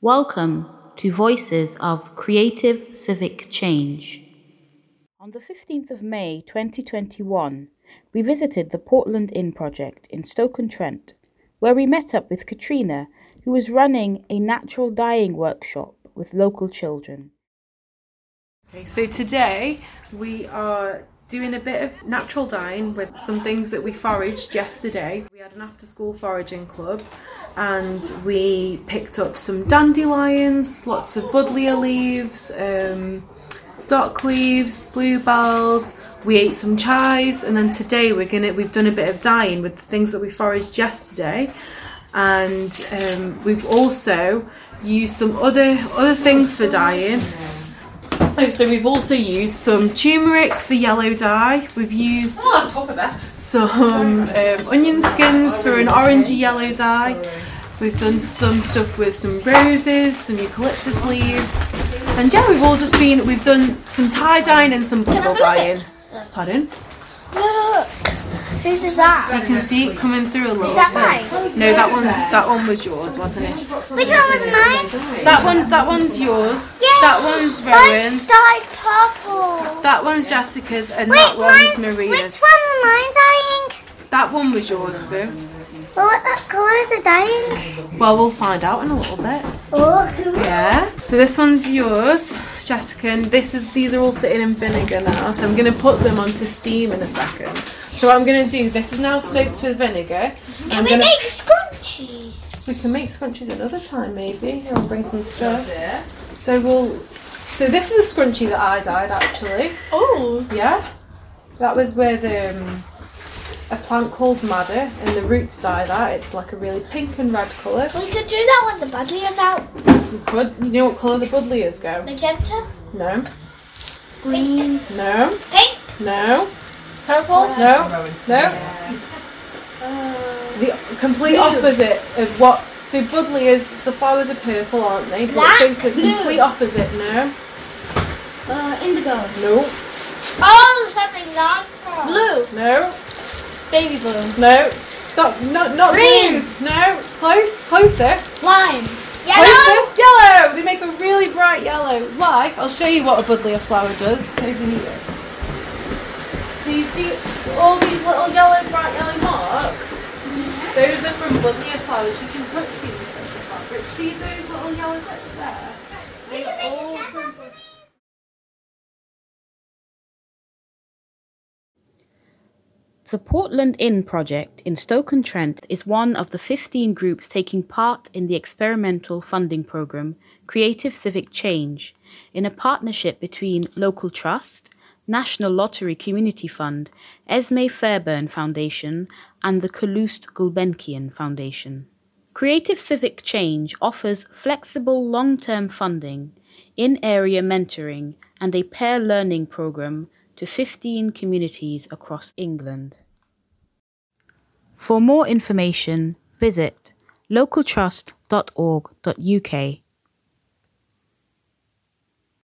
Welcome to Voices of Creative Civic Change. On the 15th of May 2021, we visited the Portland Inn Project in Stoke-on-Trent, where we met up with Katrina, who was running a natural dyeing workshop with local children. Okay, so today we are doing a bit of natural dyeing with some things that we foraged yesterday. We had an after school foraging club and we picked up some dandelions, lots of buddleia leaves, um, dock leaves, bluebells. We ate some chives and then today we're gonna we've done a bit of dyeing with the things that we foraged yesterday and um, we've also used some other other things for dyeing. Oh, so we've also used some turmeric for yellow dye. We've used Oh, some um, onion skins for an orangey yellow dye. We've done some stuff with some roses, some eucalyptus leaves, and yeah, we've all just been we've done some tie dyeing and some bubble dyeing. Pardon? Look, whose is that? You can see it coming through a little Is that bit. mine? No, that one that one was yours, wasn't it? Which one was mine? That one's that one's yours. That one's Mine's Rowan's. dyed purple. That one's Jessica's, and Wait, that one's mine's, Maria's. which one was mine dying? That one was yours, boo. Well, what that colour is it dying? Well, we'll find out in a little bit. Oh, Yeah. So this one's yours, Jessica, and this is these are all sitting in vinegar now. So I'm gonna put them onto steam in a second. So what I'm gonna do, this is now soaked with vinegar. and I'm we gonna, make scrunchies. we can make scrunchies another time maybe. Here, I'll bring some stuff. So we'll. So this is a scrunchie that I dyed actually. Oh, Yeah. That was with um, a plant called madder, and the roots dye that. It's like a really pink and red colour. We could do that when the bubbly is out. You could. You know what colour the buddleias go? Magenta, No. green, No. pink, No. Uh, purple. No. No. The complete opposite of what. So buddleias, the flowers are purple, aren't they? But Black, think the blue. complete opposite. No. uh, indigo, No. Oh, something darker. blue, No. baby blue, No. Stop. Not not Green. blues. No. Close. Closer. lime, Yellow. Closer. Yellow. They make a really bright yellow. Like, I'll show you what a buddleia flower does. Maybe you need it. So you see all these little yellow, bright yellow marks? Those are from buddleia flowers. You can touch these with bits of fabric. See those little yellow bits there? They are all from bud- The Portland Inn project in Stoke-on-Trent is one of the 15 groups taking part in the experimental funding program Creative Civic Change in a partnership between Local Trust, National Lottery Community Fund, Esme Fairburn Foundation, and the Kaloust Gulbenkian Foundation. Creative Civic Change offers flexible long-term funding, in-area mentoring, and a peer learning program to 15 communities across England. For more information, visit localtrust.org.uk